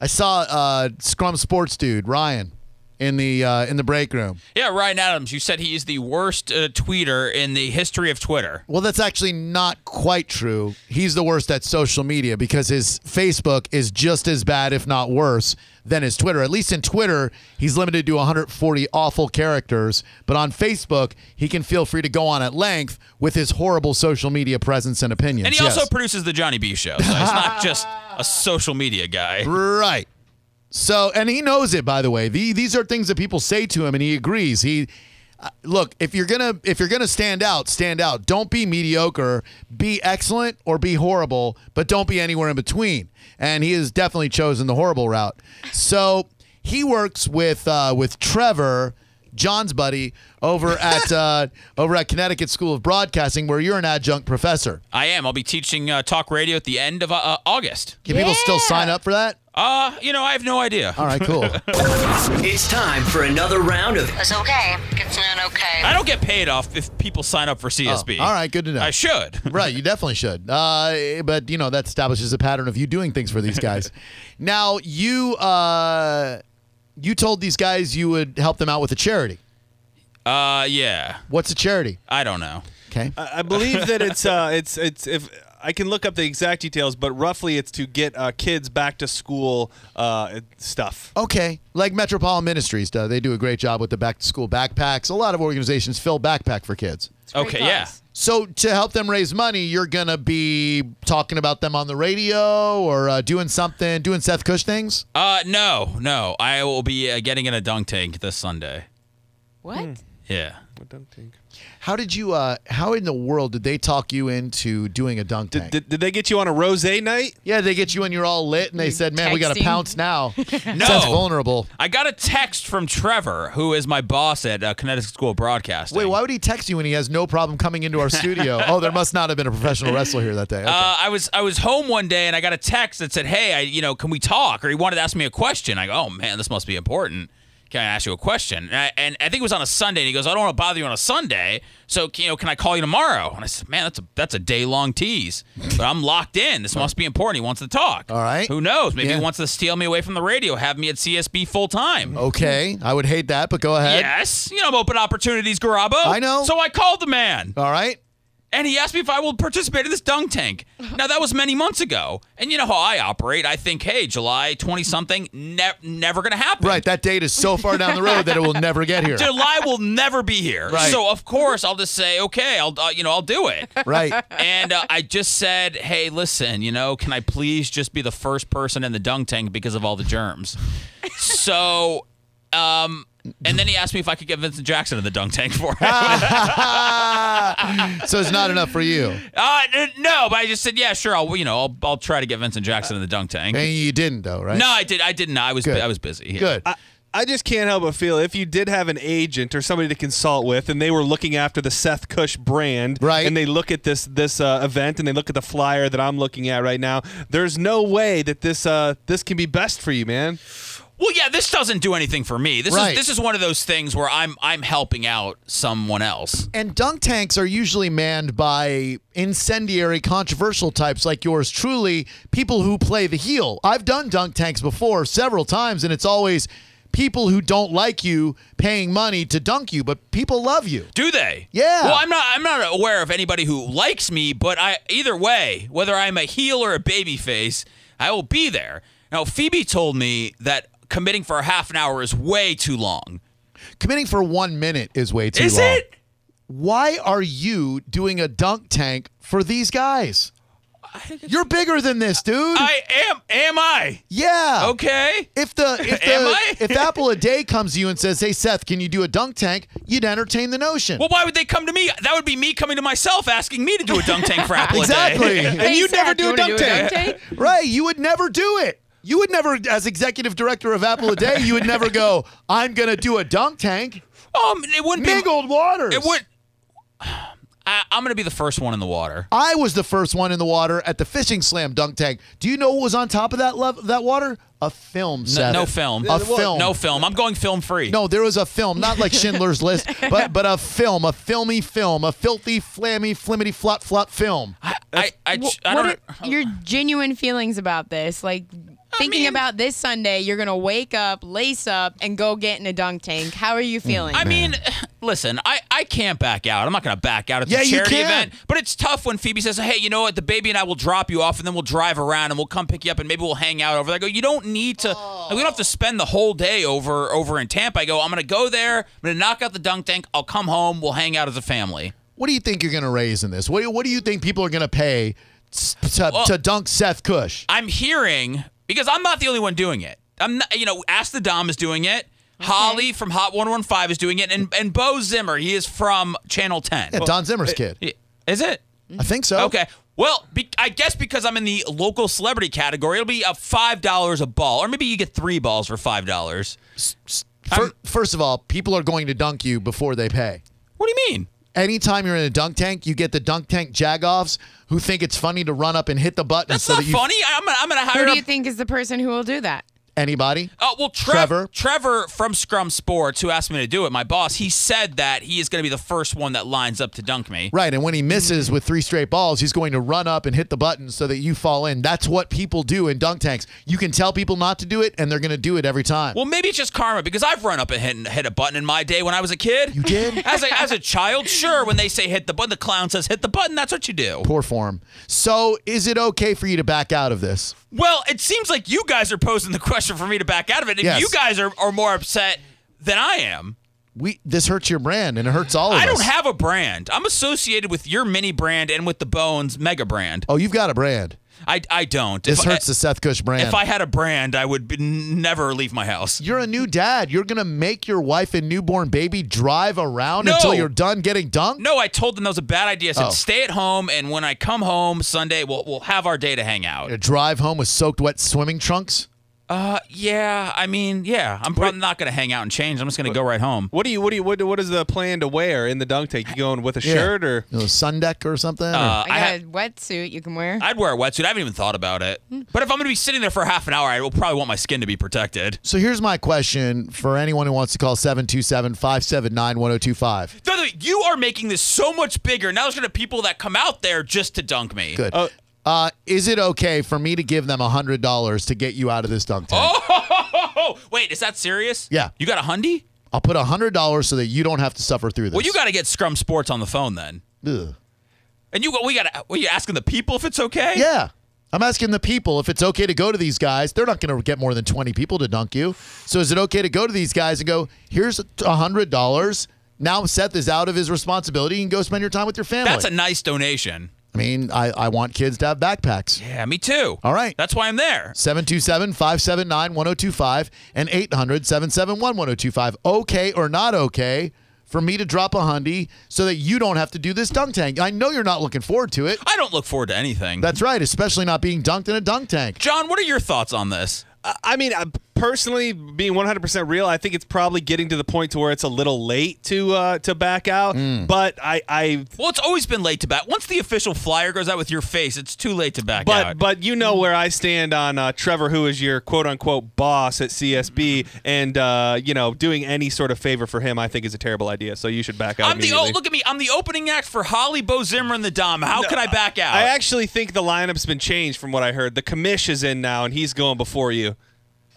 I saw uh, Scrum Sports dude Ryan in the uh, in the break room. Yeah, Ryan Adams, you said he is the worst uh, tweeter in the history of Twitter. Well, that's actually not quite true. He's the worst at social media because his Facebook is just as bad, if not worse, than his Twitter. At least in Twitter, he's limited to 140 awful characters, but on Facebook, he can feel free to go on at length with his horrible social media presence and opinions. And he also Yes. produces the Johnny B show. So he's not just a social media guy. Right. So, and he knows it. By the way, the, these are things that people say to him, and he agrees. He, uh, look, if you're gonna if you're gonna stand out, stand out. Don't be mediocre. Be excellent or be horrible, but don't be anywhere in between. And he has definitely chosen the horrible route. So he works with uh, with Trevor. John's buddy over at uh, over at Connecticut School of Broadcasting, where you're an adjunct professor. I am. I'll be teaching uh, talk radio at the end of uh, uh, August. Can people still sign up for that? Uh, you know, I have no idea. All right, cool. It's time for another round of It's okay. It's not okay. I don't get paid off if people sign up for CSB. Oh, all right, good to know. I should. right, you definitely should. Uh, but you know that establishes a pattern of you doing things for these guys. now you uh, you told these guys you would help them out with a charity. Uh, yeah. What's a charity? Uh, I don't know. Okay, I I believe that it's uh, it's it's if I can look up the exact details, but roughly it's to get uh, kids back to school uh, stuff. okay. Like Metropolitan Ministries, uh, they do a great job with the back to school backpacks. A lot of organizations fill backpack for kids. Okay, yeah. So to help them raise money, you're gonna be talking about them on the radio or uh, doing something, doing Seth Cush things. Uh, no, no. I will be uh, getting in a dunk tank this Sunday. What? Yeah. How did you? Uh, how in the world did they talk you into doing a dunk tank? Did, did, did they get you on a rose night? Yeah, they get you when you're all lit, and they said, "Man, we got to texting. pounce now." No. Sounds vulnerable. I got a text from Trevor, who is my boss at uh, Connecticut School of Broadcasting. Wait, why would he text you when he has no problem coming into our studio? oh, there must not have been a professional wrestler here that day. Okay. Uh, I was I was home one day and I got a text that said, "Hey, I you know, can we talk?" Or he wanted to ask me a question. I go, "Oh man, this must be important. Can I ask you a question?" And I, and I think it was on a Sunday. And he goes, "I don't want to bother you on a Sunday, so can, you know, can I call you tomorrow?" And I said, "Man, that's a that's a day long tease, but I'm locked in. This must be important. He wants to talk. All right. Who knows? Maybe Yeah. he wants to steal me away from the radio, have me at CSB full time." okay, I would hate that, but go ahead. Yes, you know, I'm open opportunities, Garabo. I know. So I called the man All right. and he asked me if I will participate in this dunk tank. Now that was many months ago, and you know how I operate. I think, hey, July twenty something, ne- never gonna happen. Right, that date is so far down the road that it will never get here. July will never be here. Right. So of course I'll just say, okay, I'll uh, you know I'll do it. Right. and uh, I just said, hey, listen, you know, can I please just be the first person in the dunk tank because of all the germs? so, um, and then he asked me if I could get Vincent Jackson in the dunk tank for him. Ah. so it's not enough for you. Uh, n- no, but I just said, yeah, sure. I'll, you know, I'll, I'll try to get Vincent Jackson in the dunk tank. And you didn't, though, right? No, I did. I didn't. I was. Good. I was busy. Yeah. Good. I, I just can't help but feel if you did have an agent or somebody to consult with, and they were looking after the Seth Cush brand, Right. And they look at this this uh, event and they look at the flyer that I'm looking at right now. There's no way that this uh, this can be best for you, man. Well, yeah. This doesn't do anything for me. This Right. is. This is one of those things where I'm. I'm helping out someone else. And dunk tanks are usually manned by incendiary, controversial types like yours truly, people who play the heel. I've done dunk tanks before several times, and it's always people who don't like you paying money to dunk you, but people love you. Do they? Yeah. Well, I'm not. I'm not aware of anybody who likes me. But I. Either way, whether I'm a heel or a babyface, I will be there. Now, Phoebe told me that committing for half an hour is way too long. Committing for one minute is way too is long. it? Why are you doing a dunk tank for these guys? You're bigger than this, dude. I am. Am I? yeah. Okay. If the if Am the I? if Apple a day comes to you and says, "Hey Seth, can you do a dunk tank?" you'd entertain the notion. Well, why would they come to me? That would be me coming to myself asking me to do a dunk tank for Apple a day. exactly. And you never do a wanna dunk tank. tank? right, you would never do it. You would never as executive director of Apple a day, you would never go, "I'm going to do a dunk tank." Um, it wouldn't be. Mingled waters. It would. I, I'm gonna be the first one in the water. I was the first one in the water at the fishing slam dunk tank. Do you know what was on top of that lev- that water? A film, No, Seth. no film. A film. No film. I'm going film free. No, there was a film, not like Schindler's List, but but a film, a filmy film, a filthy, flammy, flimmity, flop, flop film. I, I, I, Wh- I what don't. are your genuine feelings about this? Like, Thinking about this Sunday, you're gonna wake up, lace up, and go get in a dunk tank. How are you feeling? I mean, listen, I, I can't back out. I'm not going to back out at Yeah, the you charity can. event. But it's tough when Phoebe says, hey, you know what? The baby and I will drop you off and then we'll drive around and we'll come pick you up and maybe we'll hang out over there. I go, you don't need to, like, we don't have to spend the whole day over over in Tampa. I go, I'm going to go there. I'm going to knock out the dunk tank. I'll come home. We'll hang out as a family. What do you think you're going to raise in this? What, do- what do you think people are going to pay s- to, to dunk Seth Cush? I'm hearing because I'm not the only one doing it. I'm not, you know, Ask the Dom is doing it. Holly from Hot 115 is doing it, and and Bo Zimmer, he is from Channel 10. Yeah, Don Zimmer's kid. Is it? I think so. Okay. Well, be, I guess because I'm in the local celebrity category, it'll be a five dollars a ball, or maybe you get three balls for five dollars. Fir- first of all, people are going to dunk you before they pay. What do you mean? Anytime you're in a dunk tank, you get the dunk tank jagoffs who think it's funny to run up and hit the button. That's so not that you, funny. I'm, gonna- I'm gonna hire Who do a- you think is the person who will do that? Anybody? Oh well, Trev- Trevor? Trevor. from Scrum Sports, who asked me to do it, my boss, he said that he is going to be the first one that lines up to dunk me. Right, and when he misses with three straight balls, he's going to run up and hit the button so that you fall in. That's what people do in dunk tanks. You can tell people not to do it, and they're going to do it every time. Well, maybe it's just karma because I've run up and hit, hit a button in my day when I was a kid. You did? As a, as a child, sure. When they say hit the button, the clown says hit the button. That's what you do. Poor form. So, is it okay for you to back out of this? Well, it seems like you guys are posing the question for me to back out of it. If Yes. you guys are, are more upset than I am, We this hurts your brand, and it hurts all of I us. don't have a brand. I'm associated with your mini brand and with the Bones mega brand. Oh, you've got a brand. I, I don't. This if hurts I, the Seth Cush brand. If I had a brand, I would be, never leave my house. you're a new dad. You're going to make your wife and newborn baby drive around No. until you're done getting dunked? No, I told them that was a bad idea. I said, Oh. stay at home, and when I come home Sunday, we'll, we'll have our day to hang out. A drive home with soaked wet swimming trunks? Uh, yeah, I mean, yeah. I'm probably not going to hang out and change. I'm just going to go right home. What do you? What do you? What, what is the plan to wear in the dunk tank? You going with a Yeah. shirt or? You know, sun deck or something? or- Uh, I got I ha- a wetsuit you can wear. I'd wear a wetsuit. I haven't even thought about it. But if I'm going to be sitting there for half an hour, I will probably want my skin to be protected. So here's my question for anyone who wants to call 727 579 1025. By the way, you are making this so much bigger. Now there's going to be people that come out there just to dunk me. Good. uh, is it okay for me to give them $100 to get you out of this dunk tank? Oh, wait, is that serious? Yeah. You got a hundy? I'll put $100 so that you don't have to suffer through this. Well, you got to get Scrum Sports on the phone then. Ugh. And you, we got to, were you asking the people if it's okay? Yeah. I'm asking the people if it's okay to go to these guys. They're not going to get more than 20 people to dunk you. So is it okay to go to these guys and go, here's $100? Now Seth is out of his responsibility. You can go spend your time with your family. That's a nice donation. I mean, I, I want kids to have backpacks. Yeah, me too. All right. That's why I'm there. 727-579-1025 and 800-771-1025. Okay or not okay for me to drop a hundy so that you don't have to do this dunk tank. I know you're not looking forward to it. I don't look forward to anything. That's right, especially not being dunked in a dunk tank. John, what are your thoughts on this? I- I mean, I, personally, being 100% real, I think it's probably getting to the point to where it's a little late to uh, to back out. But I, I Well, it's always been late to back. Once the official flyer goes out with your face, it's too late to back But out. but you know where I stand on uh, Trevor, who is your quote unquote boss at CSB, and uh, you know doing any sort of favor for him, I think is a terrible idea. So you should back out. I'm the oh immediately. look at me. I'm the opening act for Holly Bo Zimmer and the Dom. How can I back out? I actually think the lineup's been changed from what I heard. The commish is in now, and he's going before you.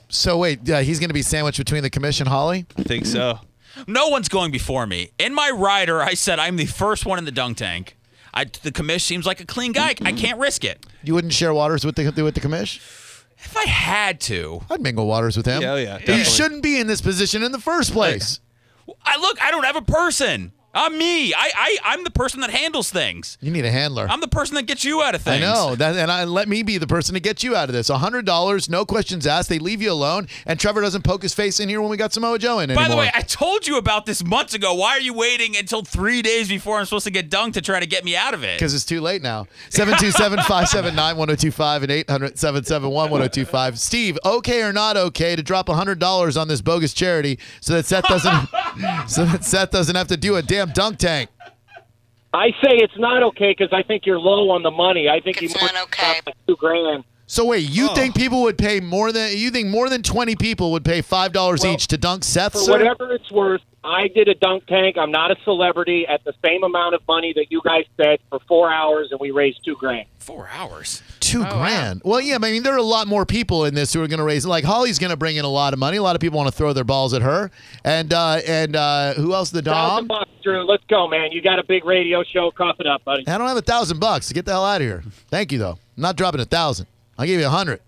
So wait, uh, he's going to be sandwiched between the commission, Holly? I think so. no one's going before me. In my rider, I said I'm the first one in the dunk tank. I, the commish seems like a clean guy. I can't risk it. You wouldn't share waters with the with the commish? If I had to, I'd mingle waters with him. Yeah, oh yeah, You definitely. shouldn't be in this position in the first place. I look. I don't have a person. I'm me. I, I I'm the person that handles things. You need a handler. I'm the person that gets you out of I things. know that, and I, let me be the person to get you out of this. hundred dollars, no questions asked. They leave you alone, and Trevor doesn't poke his face in here when we got Samoa Joe in anymore. By the way, I told you about this months ago. Why are you waiting until three days before I'm supposed to get dunked to try to get me out of it? because it's too late now. 727-579-1025 and 800-771-1025. Steve, okay or not okay to drop $100 on this bogus charity so that Seth doesn't so that Seth doesn't have to do a damn dunk tank. I say it's not okay because I think you're low on the money. I think you It's might not okay. have like two grand So wait, you Oh. think people would pay more than you think more than twenty people would pay five dollars each to dunk Seth? For sir? whatever it's worth, I did a dunk tank. I'm not a celebrity at the same amount of money that you guys said for four hours, and we raised two grand. Four Oh, hours. Two grand. Well, yeah, but I mean, there are a lot more people in this who are going to raise. Like Holly's going to bring in a lot of money. A lot of people want to throw their balls at her. And uh, and uh, who else? The Thousand Dom. bucks, Drew. Let's go, man. You got a big radio show. Cough it up, buddy. I don't have a thousand bucks. Get the hell out of here. Thank you though. I'm not dropping a thousand. I'll give you a hundred.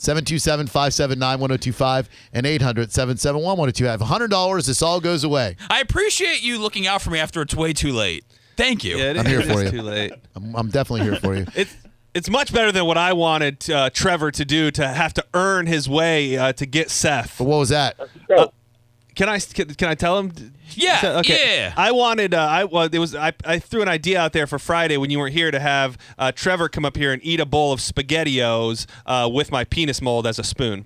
727-579-1025 and 800-771-1025. $100, this all goes away. I appreciate you looking out for me after it's way too late. Thank you. Yeah, it I'm here is for you. too late. I'm, I'm definitely here for you. It's it's much better than what I wanted uh, Trevor to do to have to earn his way uh, to get Seth. But what was that? Uh, So, Can I can, can I tell him? Yeah, So- yeah. I wanted. Uh, I well, it was. I, I threw an idea out there for Friday when you weren't here to have uh, Trevor come up here and eat a bowl of Spaghettios uh, with my penis mold as a spoon.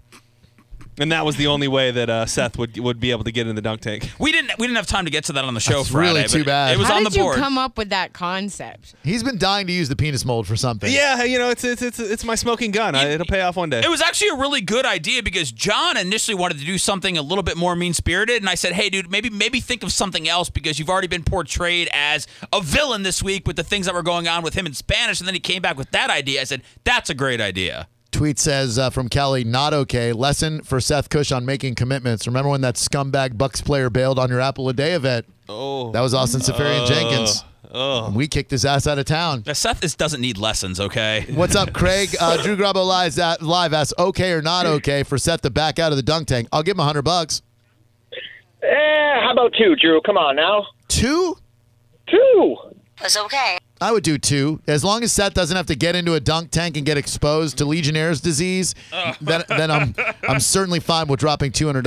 And that was the only way that uh, Seth would would be able to get in the dunk tank. We didn't we didn't have time to get to that on the show That's Friday. really but too bad. It was How on did the board. you come up with that concept? He's been dying to use the penis mold for something. Yeah, you know, it's it's it's, it's my smoking gun. I, it'll pay off one day. it was actually a really good idea because John initially wanted to do something a little bit more mean spirited, and I said, "Hey, dude, maybe maybe think of something else because you've already been portrayed as a villain this week with the things that were going on with him in Spanish." And then he came back with that idea. I said, "That's a great idea." Tweet says uh, from Kelly, not okay. Lesson for Seth Cush on making commitments. Remember when that scumbag Bucks player bailed on your Apple a Day event? Oh. That was Austin Safarian Jenkins. Oh. We kicked his ass out of town. Now, Seth is, doesn't need lessons, okay? What's up, Craig? Uh, Drew Grabo lies at, live asks, okay or not okay for Seth to back out of the dunk tank. I'll give him a 100 bucks. eh, how about two, Drew? Come on now. Two? Two. It's okay. I would do two. As long as Seth doesn't have to get into a dunk tank and get exposed to Legionnaires' disease, then, then I'm, I'm certainly fine with dropping $200.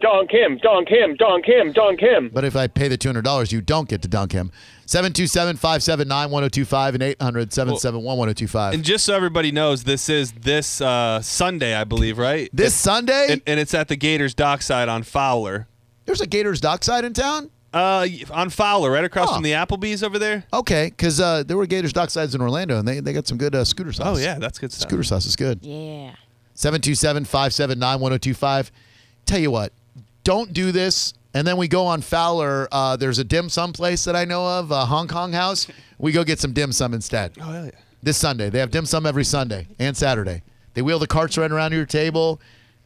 Donk him, donk him, donk him, donk him. But if I pay the $200, you don't get to dunk him. 727 579 1025 and 800 771 and 1025. just so everybody knows, this is this uh, Sunday, I believe, right? This Sunday, and, and it's at the Gators dockside on Fowler. there's a Gators dockside in town? Uh, y- on Fowler, right across Huh. from the Applebee's over there. Okay, because uh, there were Gators docksides in Orlando, and they, they got some good uh, scooter sauce. Oh yeah, that's good stuff. Scooter sauce is good. Yeah. 727 579 1025. Tell you what, don't do this. And then we go on Fowler. Uh, there's a dim sum place that I know of, uh, Hong Kong House. We go get some dim sum instead. Oh, hell yeah. This Sunday. They have dim sum every Sunday and Saturday. They wheel the carts right around your table.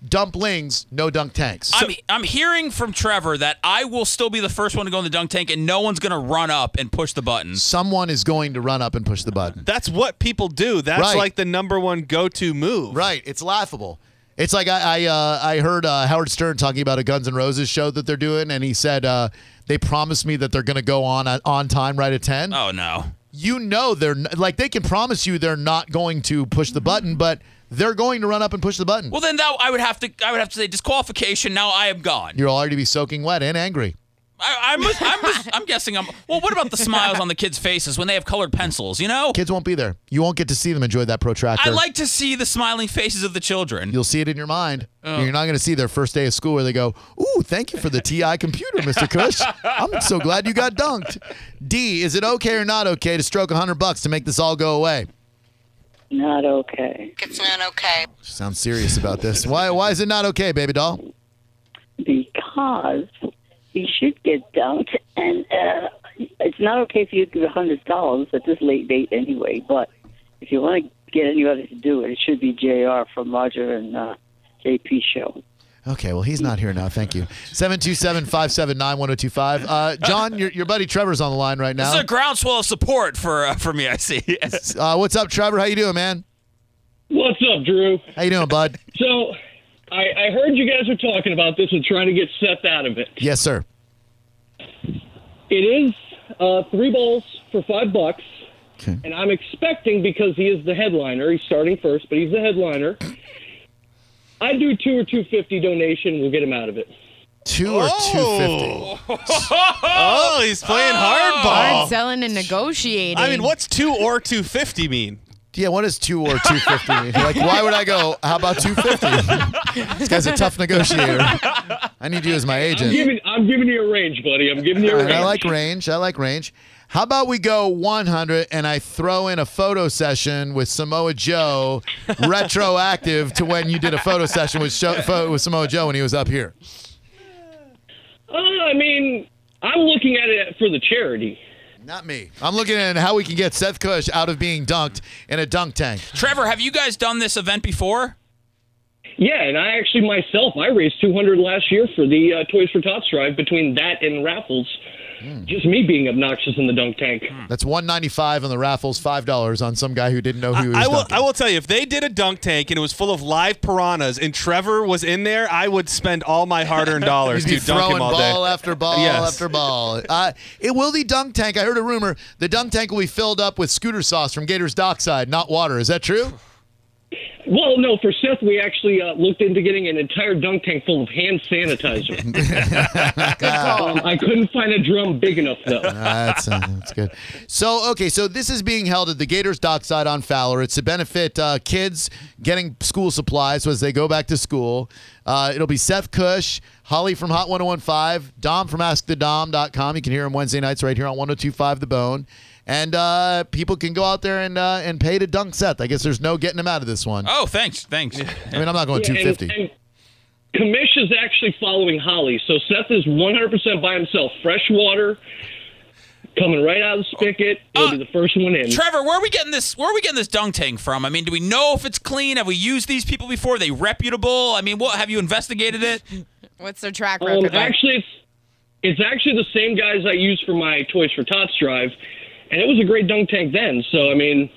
Dumplings, no dunk tanks. I'm, I'm hearing from Trevor that I will still be the first one to go in the dunk tank, and no one's going to run up and push the button. Someone is going to run up and push the button. That's what people do. That's Right. like the number one go-to move. Right. It's laughable. It's like I I, uh, I heard uh, Howard Stern talking about a Guns N' Roses show that they're doing, and he said uh, they promised me that they're going to go on at, on time right at ten. Oh, no. You know they're n- like they can promise you they're not going to push the button, but they're going to run up and push the button. Well, then that I would have to I would have to say disqualification. Now I am gone. You'll already be soaking wet and angry. I, I'm, I'm, just, I'm guessing I'm. Well, what about the smiles on the kids' faces when they have colored pencils? You know, Kids won't be there. You won't get to see them enjoy that protractor. I like to see the smiling faces of the children. You'll see it in your mind. You're not going to see their first day of school where they go, Ooh, thank you for the TI computer, Mr. Cush. I'm so glad you got dunked. D, is it okay or not okay to stroke 100 bucks to make this all go away? Not okay It's not okay. She sounds serious about this. Why, why is it not okay, baby doll? because you should get dunked, and uh, it's not okay for you to give a hundred dollars at this late date anyway. But if you want to get anybody to do it, it should be Jr. from Roger and uh, JP show. Okay, well, he's not here now. Thank you. 727 579 1025. Uh, John, your, your buddy Trevor's on the line right This is now. a groundswell of support for uh, for me. I see. Uh, what's up, Trevor? How you doing, man? What's up, Drew? How you doing, bud? So, I, I heard you guys were talking about this and trying to get Seth out of it. Yes, sir. It is uh, three balls for five bucks, Okay. and I'm expecting because he is the headliner. He's starting first, but he's the headliner. I do two or two fifty donation. We'll get him out of it. Two or Oh. Oh, he's playing Hard Oh. hardball. selling and negotiating. I mean, what's two or two fifty mean? 250. Yeah, what does two or 250 mean? Like, why would I go, how about 250? this guy's a tough negotiator. I need you as my I'm agent. giving, I'm giving you a range, buddy. I'm giving you a All right, range. I like range. I like range. How about we go 100 and I throw in a photo session with Samoa Joe, retroactive to when you did a photo session with, Sho pho- with Samoa Joe when he was up here? Uh, I mean, I'm looking at it for the charity. Not me. I'm looking at how we can get Seth Cush out of being dunked in a dunk tank. Trevor, have you guys done this event before? Yeah, and I actually myself I raised 200 last year for the uh, Toys for Tots drive between that and raffles. Hmm. Just me being obnoxious in the dunk tank. That's 195 on the raffles, $5 on some guy who didn't know who he was I will. dunking. I will tell you, if they did a dunk tank and it was full of live piranhas, and Trevor was in there, I would spend all my hard-earned dollars He'd be to dunk throwing him all ball day. after ball Yes. after ball. Uh, it will the dunk tank. I heard a rumor the dunk tank will be filled up with scooter sauce from Gators Dockside, not water. Is that true? Well, no, for Seth we actually uh, looked into getting an entire dunk tank full of hand sanitizer. um, I couldn't find a drum big enough though. That's, uh, that's good. So, okay, so this is being held at the Gators Dockside on Fowler. It's to benefit uh, kids getting school supplies so as they go back to school. Uh, it'll be Seth Cush, Holly from Hot 1015, Dom from AskTheDom.com. You can hear him Wednesday nights right here on 1025 The Bone. And uh, people can go out there and uh, and pay to dunk Seth. I guess there's no getting him out of this one. Oh, thanks, thanks. I mean, I'm not going And- 250. and Kamish is actually following Holly, so Seth is 100% by himself. Fresh water coming right out of the spigot. He'll be the first one in. Trevor, where are we getting this? Where are we getting this dung tank from? I mean, do we know if it's clean? Have we used these people before? Are they reputable? I mean, what have you investigated it? What's their track Oh, Um, record? like? actually, it's, it's actually the same guys I use for my Toys for Tots drive, and it was a great dunk tank then. So I mean,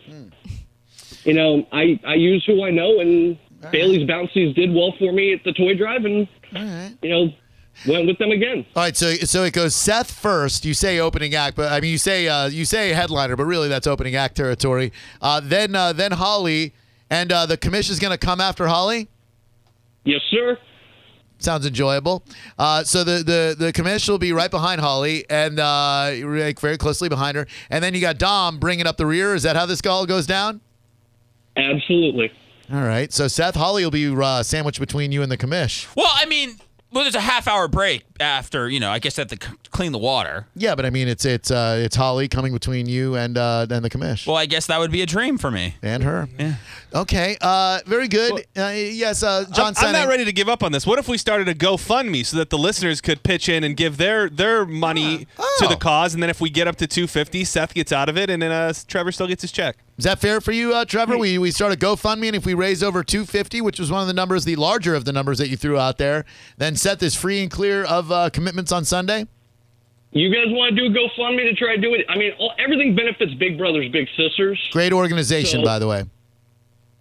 you know, I I use who I know, and Bailey's bouncies did well for me at the toy drive, and you know, went with them again. All right, so so it goes Seth first. You say opening act, but I mean you say uh, you say headliner, but really that's opening act territory. Uh, then uh, then Holly, and uh, the commission is going to come after Holly. Yes, sir. Sounds enjoyable. Uh, so the the the commission will be right behind Holly and uh, like very closely behind her, and then you got Dom bringing up the rear. Is that how this all goes down? Absolutely. All right, so Seth Holly will be uh, sandwiched between you and the commish. Well, I mean, well, there's a half hour break after. You know, I guess they have to c- clean the water. Yeah, but I mean it's it's uh, it's Holly coming between you and uh, and the commish. Well, I guess that would be a dream for me. and her. Okay. Uh, very good. uh, yes, uh, John. I'm Senning. not ready to give up on this. What if we started a GoFundMe so that the listeners could pitch in and give their their money Oh. to the cause, and then if we get up to 250, Seth gets out of it, and then uh, Trevor still gets his check. Is that fair for you, uh, Trevor? We we start a GoFundMe, and if we raise over 250, which was one of the numbers, the larger of the numbers that you threw out there, then Seth is free and clear of uh, commitments on Sunday. You guys want to do a GoFundMe to try to do it? I mean, all, everything benefits Big Brothers Big Sisters. Great organization, So- by the way.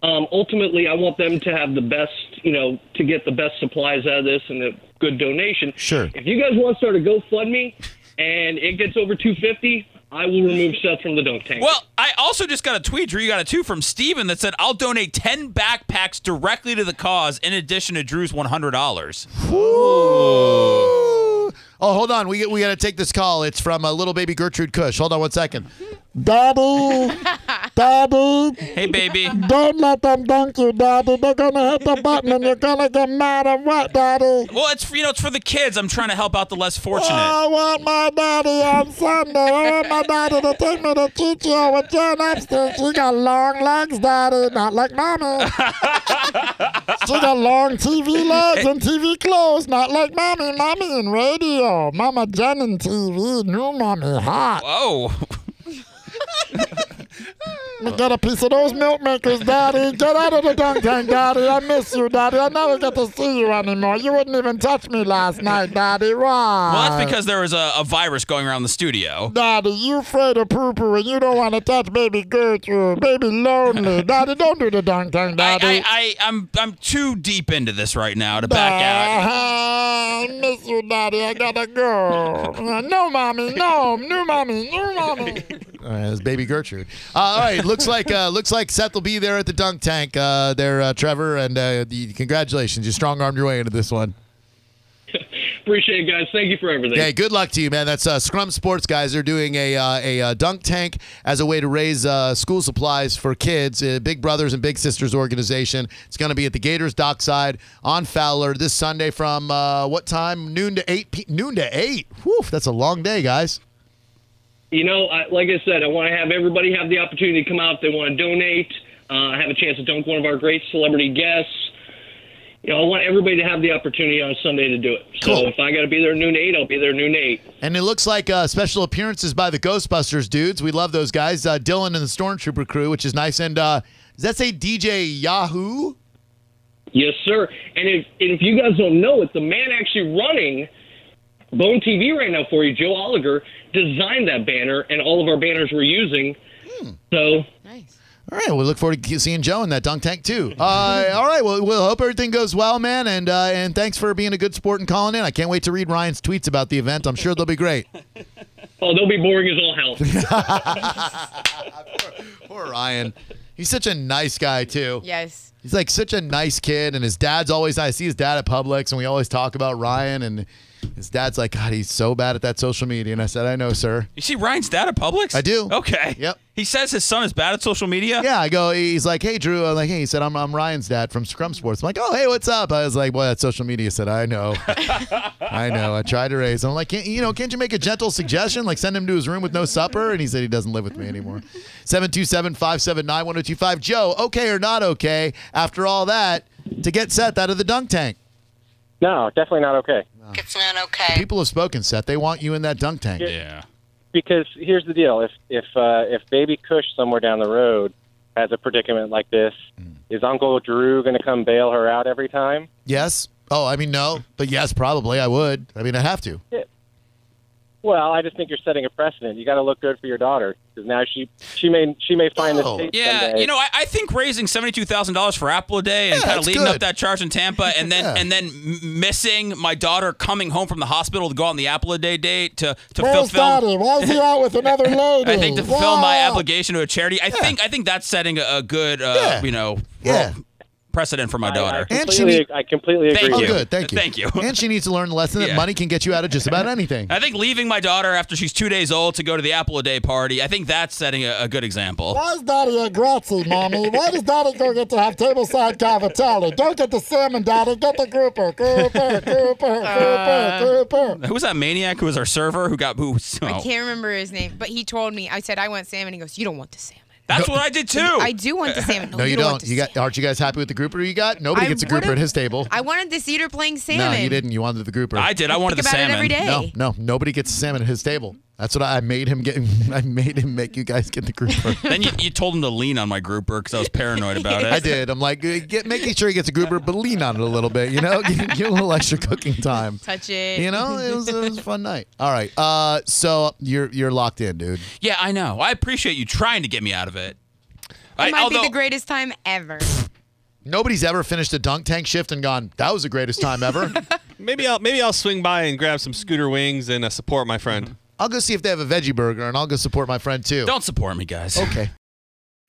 Um, ultimately, I want them to have the best, you know, to get the best supplies out of this and a good donation. Sure. If you guys want to start a GoFundMe and it gets over 250, I will remove Seth from the dunk tank. Well, I also just got a tweet, Drew. You got a two from Steven that said, I'll donate 10 backpacks directly to the cause in addition to Drew's $100. Ooh. Oh, hold on. We we got to take this call. It's from uh, little baby Gertrude Cush. Hold on one second. Daddy, Daddy, Hey, baby. don't let them dunk you, Daddy. They're gonna hit the button and you're gonna get mad at what, Daddy? Well, it's for, you know it's for the kids. I'm trying to help out the less fortunate. I want my daddy on Sunday. I want my daddy to take me to Chicho with Jen Epstein. She got long legs, daddy, not like mommy. she got long TV legs and TV clothes, not like mommy. Mommy in radio. Mama Jen in TV. New mommy hot. Oh, Get a piece of those milk makers, Daddy. Get out of the dunk tank, Daddy. I miss you, Daddy. I never get to see you anymore. You wouldn't even touch me last night, Daddy. Why? well, that's because there was a, a virus going around the studio. Daddy, you afraid of poo poo and you don't want to touch baby Gertrude, baby lonely. Daddy, don't do the dunk tank, I, Daddy. I, I, I'm, I'm too deep into this right now to back out. Uh, I miss you, Daddy. I gotta go. Uh, No, mommy, no, new mommy, new mommy. All right, that's baby Gertrude. Uh, all right, looks like uh, looks like Seth will be there at the dunk tank. Uh, there, uh, Trevor, and uh, the, congratulations. You strong armed your way into this one. Appreciate it, guys. Thank you for everything. Hey, good luck to you, man. That's uh, Scrum Sports guys. They're doing a uh, a uh, dunk tank as a way to raise uh, school supplies for kids. Uh, Big Brothers and Big Sisters organization. It's going to be at the Gators Dockside on Fowler this Sunday from uh, what time? Noon to eight. P- noon to eight. Whew, that's a long day, guys. you know, I, like I said, I want to have everybody have the opportunity to come out if they want to donate, uh, have a chance to dunk one of our great celebrity guests. You know, I want everybody to have the opportunity on Sunday to do it. So if I got to be there noon to eight, I'll be there noon to eight. And it looks like uh, special appearances by the Ghostbusters dudes. We love those guys. Uh, Dylan and the Stormtrooper crew, which is nice. And uh, does that say DJ Yahoo? Yes, sir. And if and if you guys don't know it, the man actually running Bone TV right now for you, Joe Oliger, designed that banner and all of our banners we're using. So All right, we look forward to seeing Joe in that dunk tank too. Uh, all right, well, we'll hope everything goes well, man, and uh, and thanks for being a good sport and calling in. I can't wait to read Ryan's tweets about the event. I'm sure they'll be great. oh, they'll be boring as all hell. Poor Ryan, he's such a nice guy too. Yes. He's like such a nice kid, and his dad's always. I see his dad at Publix, and we always talk about Ryan. And his dad's like, God, he's so bad at that social media. And I said, I know, sir. You see Ryan's dad at Publix? I do. Okay. Yep. He says his son is bad at social media. Yeah, I go. He's like, "Hey, Drew." I'm like, "Hey," he said, "I'm, I'm Ryan's dad from Scrum Sports." I'm like, "Oh, hey, what's up?" I was like, "Boy, that social media." Said, "I know, I know." I tried to raise. him. I'm like, can't, "You know, can't you make a gentle suggestion, like send him to his room with no supper?" And he said he doesn't live with me anymore. Seven two seven five seven nine one zero two five. Joe, okay or not okay? After all that, to get Seth out of the dunk tank. No, definitely not okay. It's not The okay. people have spoken, Seth. They want you in that dunk tank. Yeah. Because here's the deal: if if uh, if Baby Cush somewhere down the road has a predicament like this, is Uncle Drew going to come bail her out every time? Yes. Oh, I mean, no, but yes, probably. I would. I mean, I have to. Well, I just think you're setting a precedent. You got to look good for your daughter because now she she may she may find this. tape Yeah, someday. you know, I, I think raising seventy-two thousand dollars for Apple a day and Yeah, kind of that's leading good. up that charge in Tampa, and then Yeah. and then m- missing my daughter coming home from the hospital to go on the Apple a day date to to Where's fulfill. Daddy? Why is he out with another lady? I think to fulfill my Yeah. obligation to a charity. I think I think that's setting a, a good uh, Yeah. you know Yeah. world precedent for my daughter. And she Completely- need- I completely agree. Thank Oh, you. good. Thank you. Thank you. And she needs to learn the lesson that Yeah. money can get you out of just about anything. I think leaving my daughter after she's two days old to go to the Apple a day party. I think that's setting a, a good example. Why is Daddy a grazie, Mommy? Why does Daddy go get to have tableside cavatelli? Don't get the salmon, Daddy. Get the grouper, grouper, grouper, Uh, grouper, grouper. Who was that maniac who was our server who got who? I oh. can't remember his name, but he told me. I said I want salmon. He goes, you don't want the salmon. That's what I did too. I do want the salmon. No, No, you, don't. don't. want the you got. salmon. Aren't you guys happy with the grouper you got? Nobody I gets a grouper at would've- his table. I wanted the cedar playing no, salmon. you didn't. You wanted the grouper. I did. I wanted Think the about salmon. it every day. No, no. Nobody gets a salmon at his table. That's what I, I made him get. I made him make you guys get the grouper. Then you, you told him to lean on my grouper because I was paranoid about it. I did. I'm like, eh, get making sure he gets a grouper, but lean on it a little bit. You know, give him a little extra cooking time. Touch it. You know, it was, it was a fun night. All right. Uh, so you're you're locked in, dude. Yeah, I know. I appreciate you trying to get me out of it. It I, might although, be the greatest time ever. Nobody's ever finished a dunk tank shift and gone, that was the greatest time ever. Maybe I'll maybe I'll swing by and grab some scooter wings and uh, support my friend. I'll go see if they have a veggie burger and I'll go support my friend Oh. too. don't support me, guys. Okay.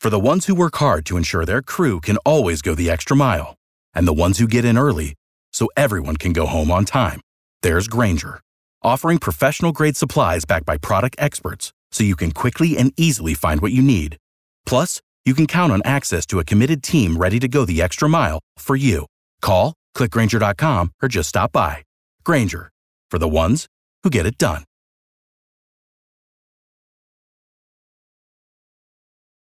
For the ones who work hard to ensure their crew can always go the extra mile, and the ones who get in early so everyone can go home on time, there's Granger, offering professional grade supplies backed by product experts so you can quickly and easily find what you need. Plus, you can count on access to a committed team ready to go the extra mile for you. Call, clickgranger.com, or just stop by. Granger, for the ones who get it done.